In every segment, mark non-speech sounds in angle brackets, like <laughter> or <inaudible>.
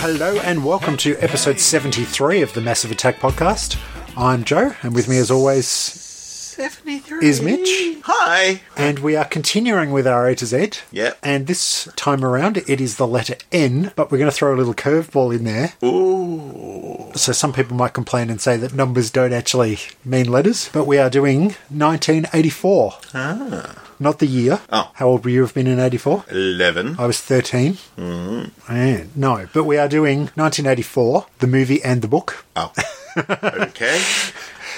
Hello and welcome to episode 73 of the Massive Attack podcast. I'm Joe, and with me as always 73. is Mitch, Hi. and we are continuing with our A to Z. Yep. And this time around, it is the letter N, but we're going to throw a little curveball in there. Ooh. So some people might complain and say that numbers don't actually mean letters, but we are doing 1984. Ah. Not the year. Oh. How old were you have been in 84? 11. I was 13. Mm. no, but we are doing 1984, the movie and the book. Oh. <laughs> okay.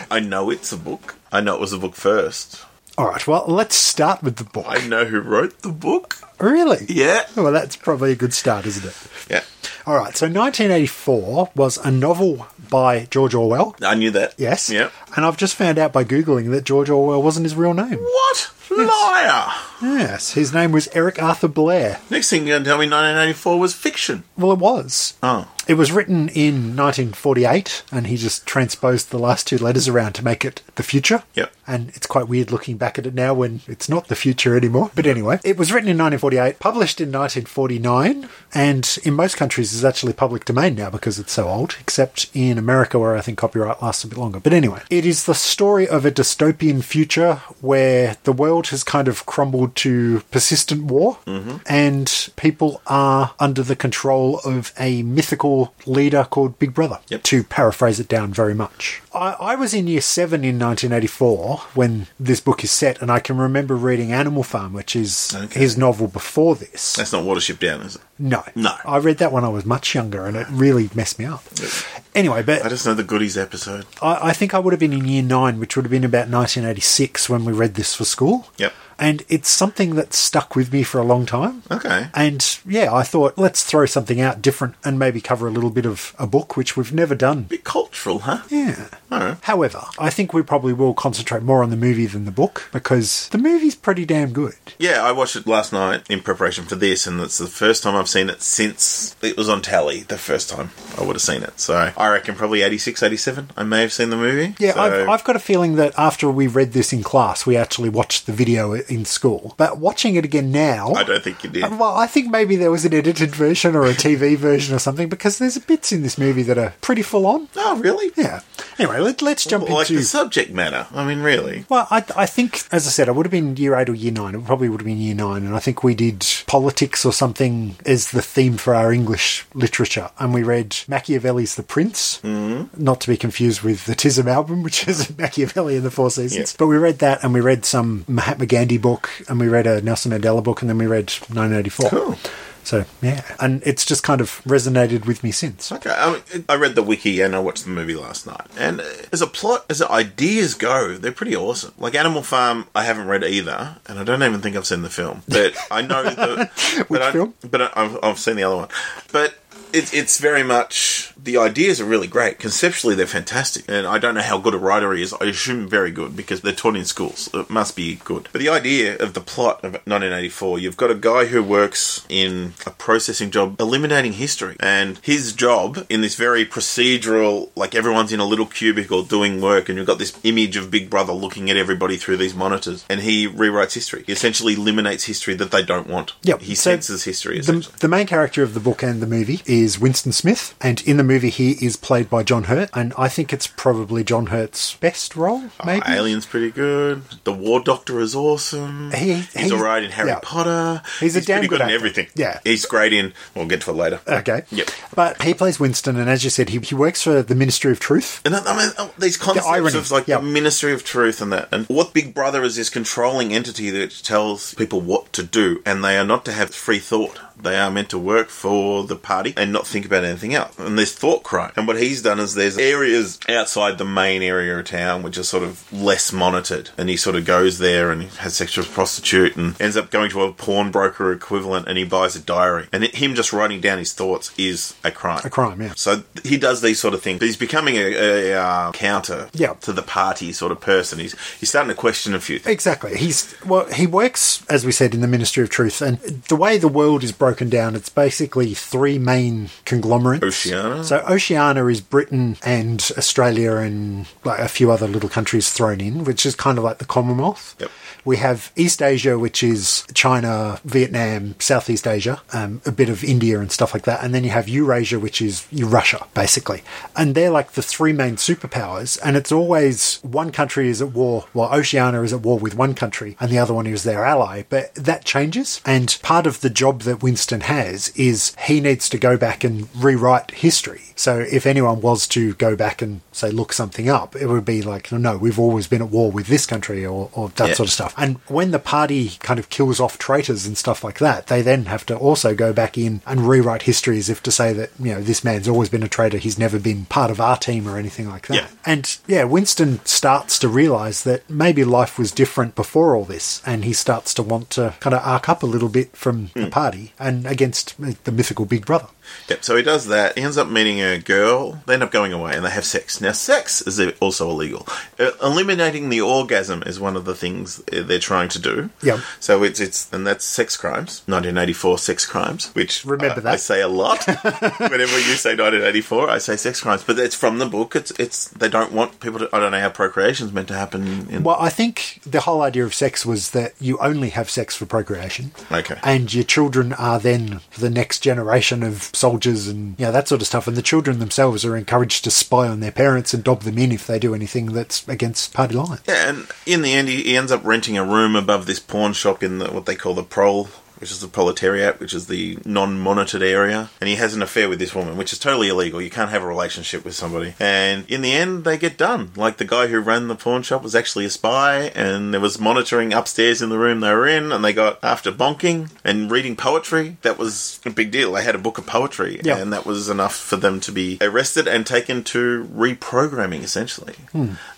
I know it's a book. I know it was a book first. All right, well, let's start with the book. I know who wrote the book. Really? Yeah. Well, that's probably a good start, isn't it? Yeah. All right, so 1984 was a novel by George Orwell. I knew that. Yes. Yep. And I've just found out by Googling that George Orwell wasn't his real name. What? Liar. Yes, his name was Eric Arthur Blair. Next thing you're going to tell me 1984 was fiction. Well, it was. Oh. It was written in 1948, and he just transposed the last two letters around to make it the future. Yep. And it's quite weird looking back at it now when it's not the future anymore. But anyway, it was written in 1948, published in 1949, and in most countries is actually public domain now because it's so old, except in America where I think copyright lasts a bit longer. But anyway, it is the story of a dystopian future where the world has kind of crumbled to persistent war and people are under the control of a mythical leader called Big Brother, Yep. to paraphrase it down very much. I, I was in year seven in 1984 when this book is set, and I can remember reading Animal Farm, which is Okay. his novel before this. That's not Watership Down, is it? no. No. I read that when I was much younger, and it really messed me up. Anyway, but I just know the goodies episode. I, I think I would have been in year nine, which would have been about 1986 when we read this for school. Yep. And it's something that stuck with me for a long time. Okay. And yeah, I thought let's throw something out different and maybe cover a little bit of a book, which we've never done. bit cultural, huh? Yeah. Alright. However, I think we probably will concentrate more on the movie than the book because the movie's pretty damn good. Yeah, I watched it last night in preparation for this, and it's the first time I've seen it since it was on tally. The first time I would have seen it. So I reckon probably 86, 87, I may have seen the movie. Yeah, so, I've, I've got a feeling that after we read this in class, we actually watched the video in school. But watching it again now. I don't think you did. Well, I think maybe there was an edited version or a TV <laughs> version or something because there's bits in this movie that are pretty full on. Oh, really? Yeah. Anyway, let, let's jump Like into the subject matter. I mean, really. Well, I, I think, as I said, I would have been year eight or year nine. It probably would have been year nine. And I think we did politics or something as the theme for our English literature. And we read Machiavelli's The Prince, mm Mm-hmm. not to be confused with the Tism album, which is <laughs> Machiavelli in the Four Seasons. Yeah. But we read that and we read some Mahatma Gandhi book and we read a Nelson Mandela book and then we read 1984. Cool. So, yeah. And it's just kind of resonated with me since. Okay, I, mean, I read the wiki and I watched the movie last night. And uh, as a plot, as the ideas go, they're pretty awesome. Like Animal Farm, I haven't read either, and I don't even think I've seen the film. But I <laughs> know the Which but I, film? But I, I've, I've seen the other one. But it, it's very much the ideas are really great. Conceptually, they're fantastic, and I don't know how good a writer he is. I assume very good because they're taught in schools. It must be good. But the idea of the plot of 1984, you've got a guy who works in a processing job, eliminating history, and his job in this very procedural, like everyone's in a little cubicle doing work, and you've got this image of Big Brother looking at everybody through these monitors, and he rewrites history. He essentially eliminates history that they don't want. Yep. He So senses history. The, Essentially. the main character of the book and the movie is Winston Smith, and in the movie he is played by John Hurt, and I think it's probably John Hurt's best role, Oh, maybe. Alien's pretty good. The War Doctor is awesome. He- he's, he's- all right in Harry yeah. Potter. He's a damn pretty good in actor. everything. Yeah. he's great in. We'll get to it later. Okay. Yep. But he plays Winston, and as you said, he, he works for the Ministry of Truth. And that, I mean, oh, these concepts irony, of like yep. the Ministry of Truth and that, and what Big Brother is this controlling entity that tells people what to do, and they are not to have free thought. They are meant to work for the party and not think about anything else. And there's thought crime. And what he's done is there's areas outside the main area of town which are sort of less monitored, and he sort of goes there and has sex with a prostitute and ends up going to a pawnbroker equivalent, and he buys a diary. And it, him just writing down his thoughts is a crime. A crime, yeah. So he does these sort of things. He's becoming a, a uh, counter Yeah. to the party sort of person. He's he's starting to question a few things. Exactly. He's well. He works, as we said, in the Ministry of Truth, and the way the world is broken down, it's basically three main European conglomerates. Oceania? So Oceania is Britain and Australia and like a few other little countries thrown in, which is kind of like the Commonwealth. Yep. We have East Asia, which is China, Vietnam, Southeast Asia, um, a bit of India and stuff like that. And then you have Eurasia, which is Russia, basically. And they're like the three main superpowers. And it's always one country is at war, well, Oceania is at war with one country and the other one is their ally. But that changes. And part of the job that Winston has is he needs to go back and rewrite history. So if anyone was to go back and say, look something up, it would be like, no, we've always been at war with this country or, or that Yeah. sort of stuff. And when the party kind of kills off traitors and stuff like that, they then have to also go back in and rewrite history as if to say that, you know, this man's always been a traitor. He's never been part of our team or anything like that. Yeah. And yeah, Winston starts to realize that maybe life was different before all this. And he starts to want to kind of arc up a little bit from the party and against the mythical big brother. Yep, so he does that. He ends up meeting a girl. They end up going away and they have sex. Now, sex is also illegal. Uh, eliminating the orgasm is one of the things uh, they're trying to do. Yep. So it's, it's and that's sex crimes, 1984 sex crimes, which Remember I- that. I say <laughs> a lot. Whenever you say 1984, I say sex crimes, but it's from the book. It's, it's they don't want people to, I don't know how procreation's meant to happen. In, Well, I think the whole idea of sex was that you only have sex for procreation. Okay. And your children are then the next generation of soldiers and you know, that sort of stuff. And the children themselves are encouraged to spy on their parents and dob them in if they do anything that's against party lines. Yeah, and in the end, he, he ends up renting a room above this pawn shop in the, what they call the prole, which is the proletariat, which is the non-monitored area. And he has an affair with this woman, which is totally illegal. You can't have a relationship with somebody. And in the end, they get done. Like the guy who ran the pawn shop was actually a spy, and there was monitoring upstairs in the room they were in. And they got after bonking and reading poetry. That was a big deal. They had a book of poetry, Yeah. and that was enough for them to be arrested and taken to reprogramming, essentially.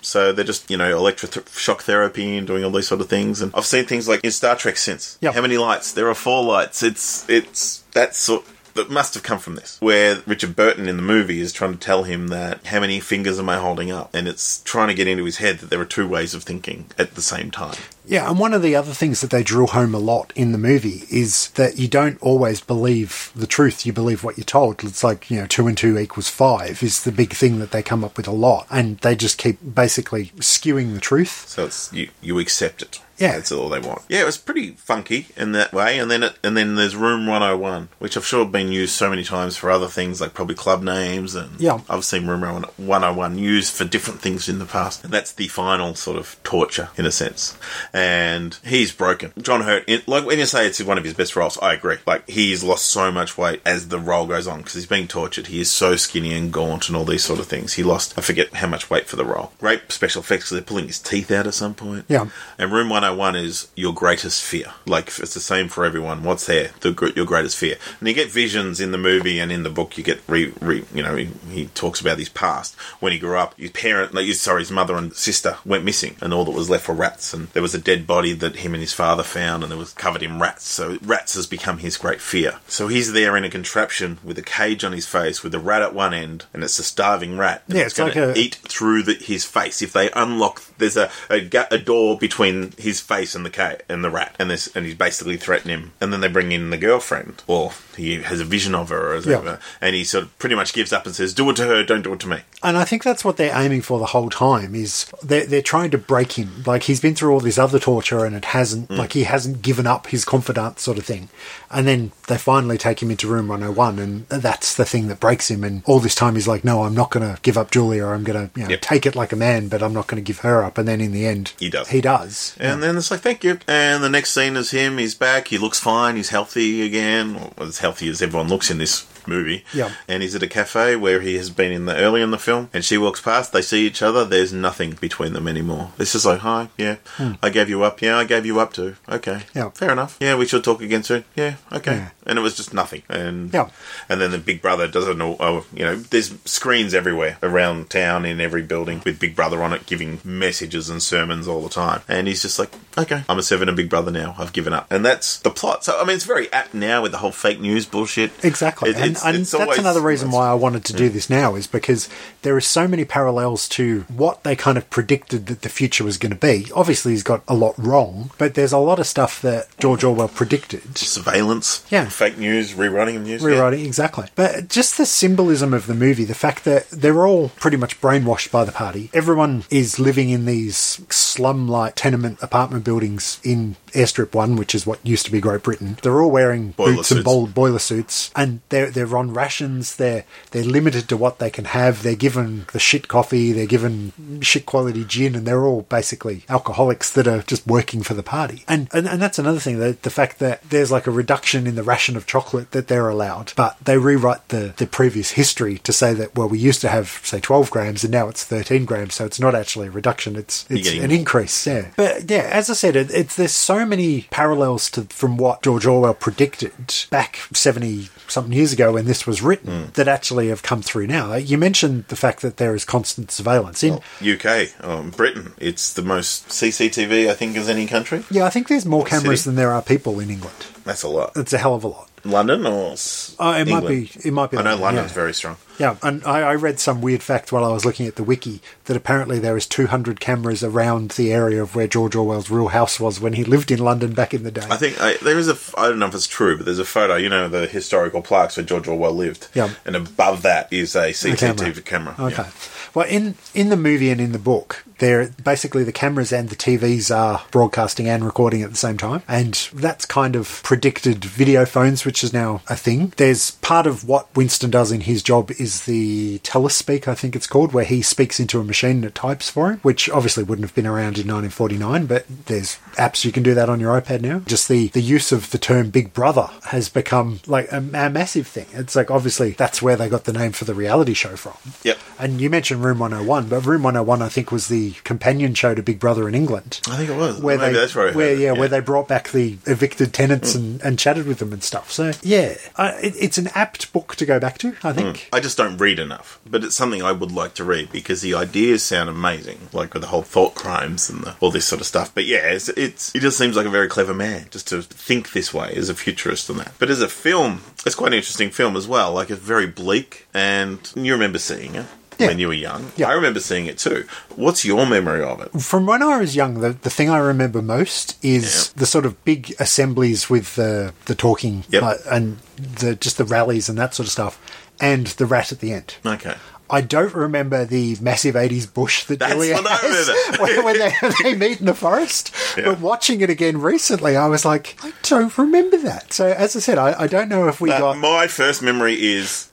So they're just, you know, electroshock therapy and doing all these sort of things. And I've seen things like in Star Trek since. Yep. How many lights? There are four lights. It's, it's that sort. That must have come from this, where Richard Burton in the movie is trying to tell him that how many fingers am I holding up, and it's trying to get into his head that there are two ways of thinking at the same time. Yeah, and one of the other things that they drill home a lot in the movie is that you don't always believe the truth, you believe what you're told. It's like, you know, two and two equals five is the big thing that they come up with a lot. And they just keep basically skewing the truth. So it's you, you accept it. Yeah. that's all they want. Yeah, it was pretty funky in that way. And then it, and then there's Room 101, which I've sure been used so many times for other things like probably club names and Yeah. I've seen Room 101 used for different things in the past. And that's the final sort of torture in a sense. And he's broken. John Hurt, in, like when you say it's one of his best roles, I agree. Like he's lost so much weight as the role goes on because he's being tortured. He is so skinny and gaunt and all these sort of things. He lost, I forget how much weight for the role. Great special effects 'cause they're pulling his teeth out at some point. Yeah. And room 101 is your greatest fear. Like, it's the same for everyone. What's there? The, gr- your greatest fear. And you get visions in the movie and in the book. You get, re, re, you know, he, he talks about his past. When he grew up, his parent, no, his- sorry, his mother and sister went missing. And all that was left were rats. And there was a dead body that him and his father found and it was covered in rats. So rats has become his great fear. So he's there in a contraption with a cage on his face with a rat at one end and it's a starving rat. and Yeah, it's gonna like a- eat eat through the, his face. If they unlock, there's a, a ga- a door between his face and the cat and the rat, and this and he's basically threatening him. And then they bring in the girlfriend, or he has a vision of her, or whatever, and he sort of pretty much gives up and says, "Do it to her, don't do it to me." And I think that's what they're aiming for the whole time is they're, they're trying to break him. Like he's been through all this other torture and it hasn't, Mm. like he hasn't given up his confidant sort of thing. And then they finally take him into room 101 and that's the thing that breaks him. And all this time he's like, no, I'm not going to give up Julia. I'm going to you know, Yep. take it like a man, but I'm not going to give her up. And then in the end, He does. He does. And then it's like, thank you. And the next scene is him. He's back. He looks fine. He's healthy again. Well, as healthy as everyone looks in this movie. Yeah. And he's at a cafe where he has been in the early in the film. And she walks past. They see each other. There's nothing between them anymore. It's just like, hi, yeah, I gave you up. Yeah, I gave you up too. Okay. Hmm. Yeah. Fair enough. Yeah, we should talk again soon. Yeah. Okay. Yeah. And it was just nothing. And Yeah. and then the Big Brother doesn't know. Oh, you know, there's screens everywhere around town in every building with Big Brother on it, giving messages and sermons all the time. And he's just like, okay, I'm a seven and Big Brother now. I've given up. And that's the plot. So I mean, it's very apt now with the whole fake news bullshit. Exactly. It- and, it's- and it's that's always- another reason why I wanted to do this now is because there are so many parallels to what they kind of predicted that the future was going to be. Obviously, he's got a lot wrong, but there's a lot of stuff that George Orwell predicted. surveillance, Yeah. fake news, rewriting of news, yeah. Rewriting, exactly. But just the symbolism of the movie, the fact that they're all pretty much brainwashed by the party. Everyone is living in these slum like tenement apartment buildings in Airstrip 1, which is what used to be Great Britain. They're all wearing Boiler boots suits. and bol- boiler suits, and they're, they're on rations. They're, they're limited to what they can have. They're given the shit coffee, they're given shit quality gin, and they're all basically alcoholics that are just working for the party. And, and, and that's another thing, the, the fact that there's like a reduction in the ration of chocolate that they're allowed, but they rewrite the, the previous history to say that, well, we used to have, say, 12 grams and now it's 13 grams, so it's not actually a reduction, it's, it's getting an increase, yeah. But yeah, as I said, it, it's there's so many parallels to from what George Orwell predicted back 70 something years ago when this was written Mm. that actually have come through now. You mentioned the fact that there is constant surveillance in UK, um, Britain. It's the most CCTV I think as any country. Yeah, I think there's more cameras city? than there are people in England. That's a lot. It's a hell of a lot. London or s- Oh, it might England? be. It might be. I know London, London's yeah. very strong. Yeah, and I, I read some weird fact while I was looking at the wiki that apparently there is 200 cameras around the area of where George Orwell's Real House was when he lived in London back in the day. I think I, there is a. f- I don't know if it's true, but there's a photo. You know the historical plaques where George Orwell lived. Yeah. And above that is a CCTV camera. Okay. Yeah. Well, in in the movie and in the book, they're basically the cameras and the TVs are broadcasting and recording at the same time, and that's kind of predicted video phones, which is now a thing. There's part of what Winston does in his job is the telespeak, I think it's called, where he speaks into a machine and it types for him, which obviously wouldn't have been around in 1949, but there's apps you can do that on your iPad now. Just the the use of the term Big Brother has become like a, a massive thing. It's like obviously that's where they got the name for the reality show from. Yep. And you mentioned Room 101, but Room 101, I think, was the companion show to Big Brother in England. I think it was. Where Maybe they, that's where I heard where, it, yeah, yeah. Mm. where they brought back the evicted tenants and, and chatted with them and stuff. So yeah, I, it, it's an apt book to go back to, Mm. I think. I just don't read enough, but it's something I would like to read because the ideas sound amazing, like with the whole thought crimes and the, all this sort of stuff. But yeah, it's, it's he just seems like a very clever man just to think this way as a futurist and that. But as a film, it's quite an interesting film as well. Like it's very bleak, and you remember seeing it. Yeah. When you were young, Yeah. I remember seeing it too. What's your memory of it? From when I was young, the, the thing I remember most is the sort of big assemblies with the the talking Yep. like, and the just the rallies and that sort of stuff, and the rat at the end. Okay, I don't remember the massive 80s bush that That's Julia what I has <laughs> remember. when, when they, they meet in the forest. But watching it again recently, I was like, I don't remember that. So, as I said, I, I don't know if we Uh, got. my first memory <laughs> is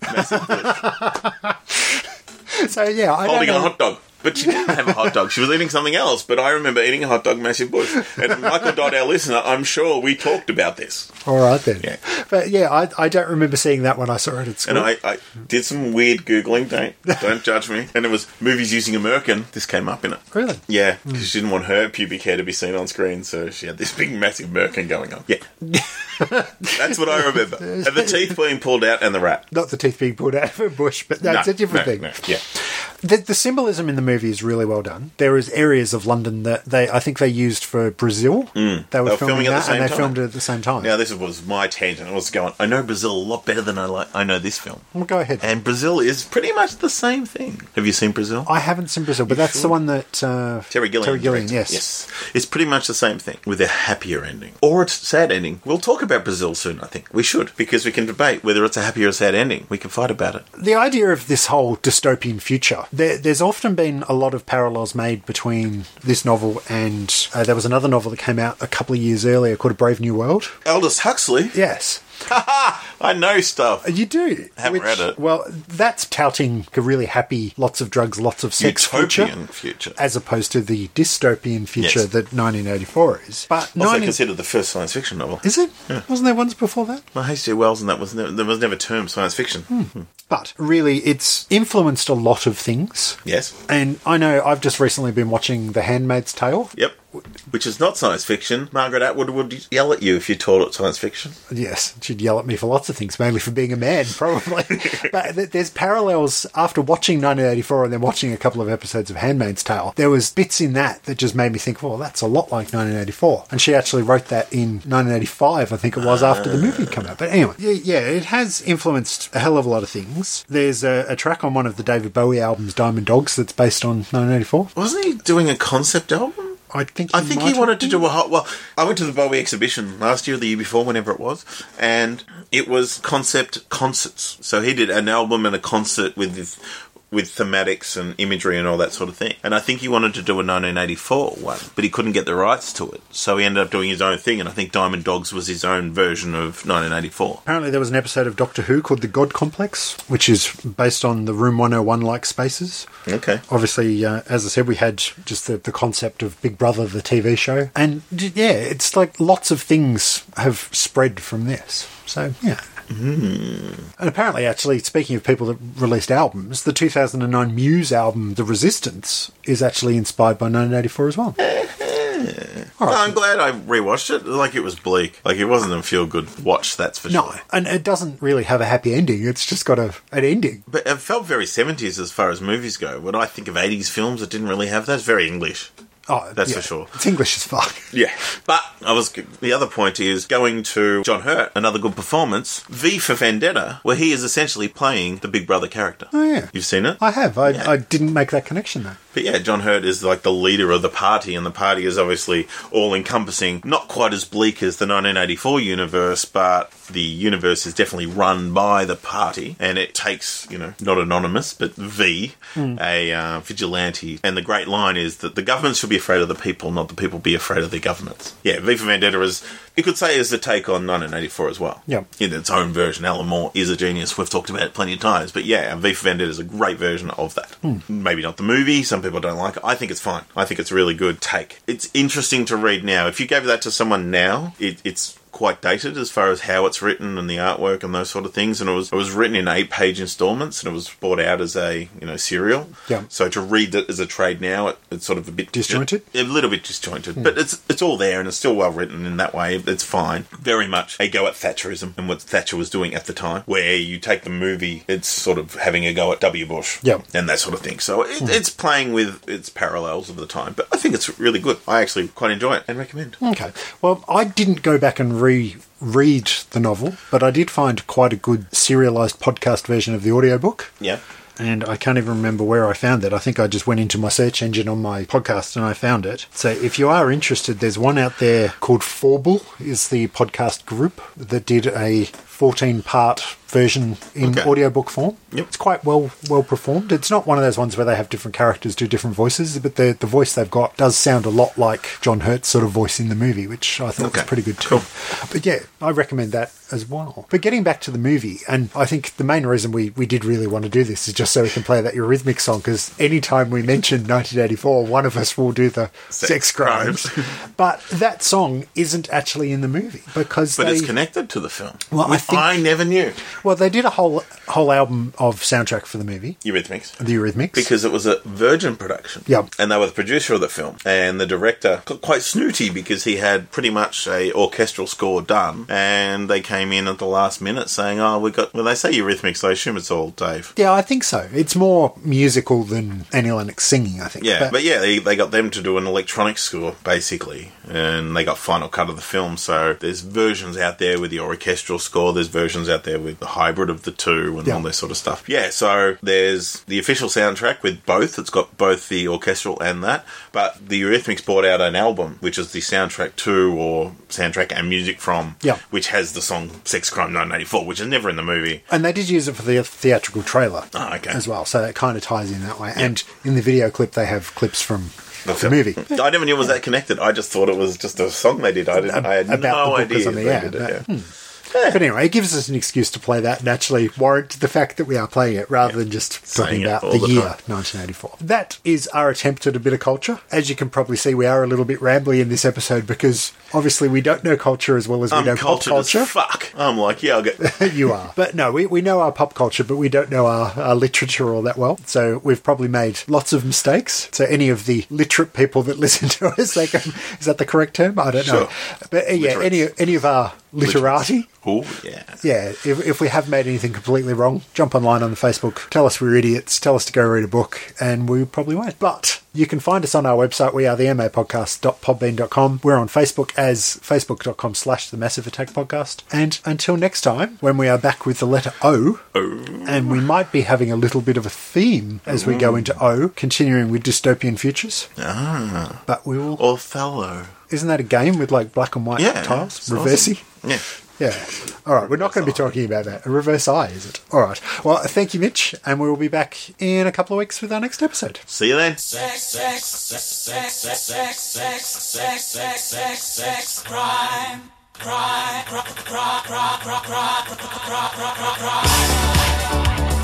so, yeah, I don't holding a know. hot dog. But she didn't have a hot dog. She was eating something else. But I remember eating a hot dog, massive bush. And Michael Dodd, our listener, I'm sure we talked about this. All right, then. Yeah. But, yeah, I, I don't remember seeing that when I saw it at school. And I, I did some weird googling. Don't don't judge me. And it was movies using American. This came up in it. really? Hmm. Yeah, because she didn't want her pubic hair to be seen on screen, so she had this big, massive merkin going on. Yeah, <laughs> that's what I remember. And the teeth being pulled out, and the rat. Not the teeth being pulled out of a bush, but No, that's a different no, thing. no, Yeah, The, the symbolism in the movie is really well done. There is areas of London that they, I think they used for Brazil. They, were Hmm. They filming, were filming at the that, same and they time. filmed it at the same time. Now this was my tangent. I was going. I know Brazil a lot better than I like. I know this film. Well, go ahead. And Brazil is pretty much the same thing. Have you seen Brazil? I haven't seen Brazil, but that's the should. one that uh, Terry Gilliam. Terry Gilliam, directed. yes. yes. It's pretty much the same thing with a happier ending or a sad ending. We'll talk about Brazil soon, I think. We should because we can debate whether it's a happy or a sad ending. We can fight about it. The idea of this whole dystopian future. There, there's often been a lot of parallels made between this novel and uh, there was another novel that came out a couple of years earlier called A Brave New World. Aldous Huxley. Yes, I know stuff. you do. Haven't read it. Well, that's touting a really happy, lots of drugs, lots of sex future. Utopian future. As opposed to the dystopian future Yes. that 1984 is, but Also 19- considered the first science fiction novel. is it? Wasn't there ones before that? Well, H.G. Wells and that was never, there was never term science fiction. Hmm. But really, it's influenced a lot of things. Yes. And I know I've just recently been watching The Handmaid's Tale. Yep. which is not science fiction, Margaret Atwood would yell at you if you told it science fiction. Yes, she'd yell at me for lots of things, mainly for being a man, <laughs> probably. but th- there's parallels after watching 1984 and then watching a couple of episodes of Handmaid's Tale. There was bits in that that just made me think, well, that's a lot like 1984. And she actually wrote that in 1985, I think it was, after the movie came out. But anyway, yeah, yeah, it has influenced a hell of a lot of things. There's a, a track on one of the David Bowie albums, Diamond Dogs, that's based on 1984. Wasn't he doing a concept album? I think I think might he have wanted to been. do a hot. Well, I went to the Bowie exhibition last year, the year before, whenever it was, and it was concept concerts. So he did an album and a concert with his- with thematics and imagery and all that sort of thing. And I think he wanted to do a 1984 one, but he couldn't get the rights to it, so he ended up doing his own thing. And I think Diamond Dogs was his own version of 1984. Apparently, there was an episode of Doctor Who called The God Complex, which is based on the Room 101 like spaces. Okay. Obviously, uh, as I said, we had just the, the concept of Big Brother, the TV show. And d- yeah, it's like lots of things have spread from this. So, yeah. And apparently, actually, speaking of people that released albums, the 2009 Muse album, The Resistance, is actually inspired by 1984 as well. All right. I'm glad I rewatched it. Like it was bleak. Like it wasn't a feel good watch. That's for No, sure. and it doesn't really have a happy ending. It's just got a, an ending. But it felt very 70s as far as movies go. When I think of 80s films, it didn't really have that. It's very English. Oh, That's yeah. for sure. It's English as fuck. <laughs> Yeah. But I was the other point is going to John Hurt, another good performance, V for Vendetta, where he is essentially playing the Big Brother character. Oh, yeah. You've seen it? I have. I, Yeah. I didn't make that connection though. But yeah, John Hurt is like the leader of the party, and the party is obviously all encompassing, not quite as bleak as the 1984 universe, but the universe is definitely run by the party, and it takes, you know, not anonymous, but V, a uh, vigilante. And the great line is that the government should be afraid of the people, not the people be afraid of the governments. Yeah, V for Vendetta is, you could say, is the take on 1984 as well. Yeah. In its own version, Alan Moore is a genius. We've talked about it plenty of times, but yeah, V for Vendetta is a great version of that. Hmm. Maybe not the movie. Some people don't like it. I think it's fine. I think it's a really good take. It's interesting to read now. If you gave that to someone now, it, it's quite dated as far as how it's written and the artwork and those sort of things. And it was it was written in eight page installments, and it was brought out as a you know serial. Yeah. So to read it as a trade now, it, it's sort of a bit Disjointed? a little bit disjointed, Hmm. but it's it's all there and it's still well written in that way. It's fine. Very much a go at Thatcherism and what Thatcher was doing at the time, where you take the movie, it's sort of having a go at W. Bush, Yeah. and that sort of thing. So Hmm. it, it's playing with its parallels of the time, but I think it's really good. I actually quite enjoy it and recommend. Okay. Well, I didn't go back and re read the novel, but I did find quite a good serialized podcast version of the audiobook. Yeah, And I can't even remember where I found it. I think I just went into my search engine on my podcast and I found it. So if you are interested, there's one out there called Forble is the podcast group that did a 14 part version in Okay. audiobook form. Yep. It's quite well well performed. It's not one of those ones where they have different characters do different voices, but the the voice they've got does sound a lot like John Hurt's sort of voice in the movie, which I thought Okay. was pretty good too. Cool. But yeah, I recommend that as well. But getting back to the movie, and I think the main reason we, we did really want to do this is just so we can play that Eurythmics song, because anytime we mention 1984, one of us will do the sex, Sex crimes. <laughs> but that song isn't actually in the movie because but they, it's connected to the film. Well, I which think- I never knew well, they did a whole whole album of soundtrack for the movie, Eurythmics. the Eurythmics. because it was a Virgin production. Yeah. and they were the producer of the film, and the director got quite snooty because he had pretty much a orchestral score done, and they came in at the last minute saying, "Oh, we got." Well, they say Eurythmics, so I assume it's all Dave. yeah, I think so. It's more musical than Annie Lennox singing, I think. Yeah, but, yeah, they, they got them to do an electronic score basically, and they got final cut of the film. So there's versions out there with the orchestral score, there's versions out there with the hybrid of the two, and Yeah. all this sort of stuff. Yeah, so there's the official soundtrack with both. It's got both the orchestral and that, but the Eurythmics brought out an album which is the soundtrack to or soundtrack and music from, Yeah. which has the song "Sex Crime 1984," which is never in the movie. And they did use it for the theatrical trailer Oh, okay. as well, so it kind of ties in that way. And in the video clip, they have clips from the, film. movie. <laughs> I never knew it was that connected. I just thought it was just a song they did. I didn't. I had About no the book or idea. something, they yeah, did it, but- hmm, yeah. But anyway, it gives us an excuse to play that and actually warrant the fact that we are playing it rather than just Saying talking it about all the, the year time. 1984. That is our attempt at a bit of culture. As you can probably see, we are a little bit rambly in this episode because obviously we don't know culture as well as we know I'm pop cultured culture. as fuck. I'm like, yeah, <laughs> I'll get. you are. But no, we, we know our pop culture, but we don't know our, our literature all that well. So we've probably made lots of mistakes. So any of the literate people that <laughs> listen to us, they can, is that the correct term? I don't know. Sure. But uh, yeah, any, any of our literati. Oh yeah. Yeah, if, if we have made anything completely wrong, jump online on the Facebook, tell us we're idiots, tell us to go read a book, and we probably won't. But you can find us on our website. We are the mapodcast.podbean.com. We're on Facebook as facebook.com slash the Massive Attack Podcast. And until next time, when we are back with the letter O, and we might be having a little bit of a theme as we Mm. go into O, continuing with dystopian futures. Ah, But we will... Othello. Isn't that a game with like black and white Yeah, tiles? it's awesome. Reversey? Yeah. Yeah. All right. We're not going to be Reverse eye. talking about that. A reverse eye, is it? All right. Well, thank you, Mitch. And we will be back in a couple of weeks with our next episode. See you then. sex, sex, sex, sex, sex, sex, sex, sex, sex, sex, sex, crime, crime, crime, crime, crime, crime, crime, crime, crime.